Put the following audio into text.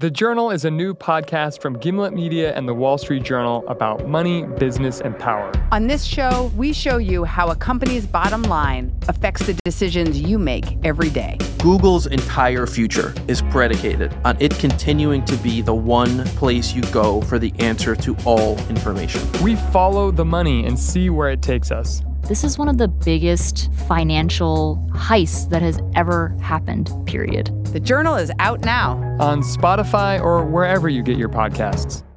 The Journal is a new podcast from Gimlet Media and the Wall Street Journal about money, business, and power. On this show, we show you how a company's bottom line affects the decisions you make every day. Google's entire future is predicated on it continuing to be the one place you go for the answer to all information. We follow the money and see where it takes us. This is one of the biggest financial heists that has ever happened, period. The journal is out now. On Spotify or wherever you get your podcasts.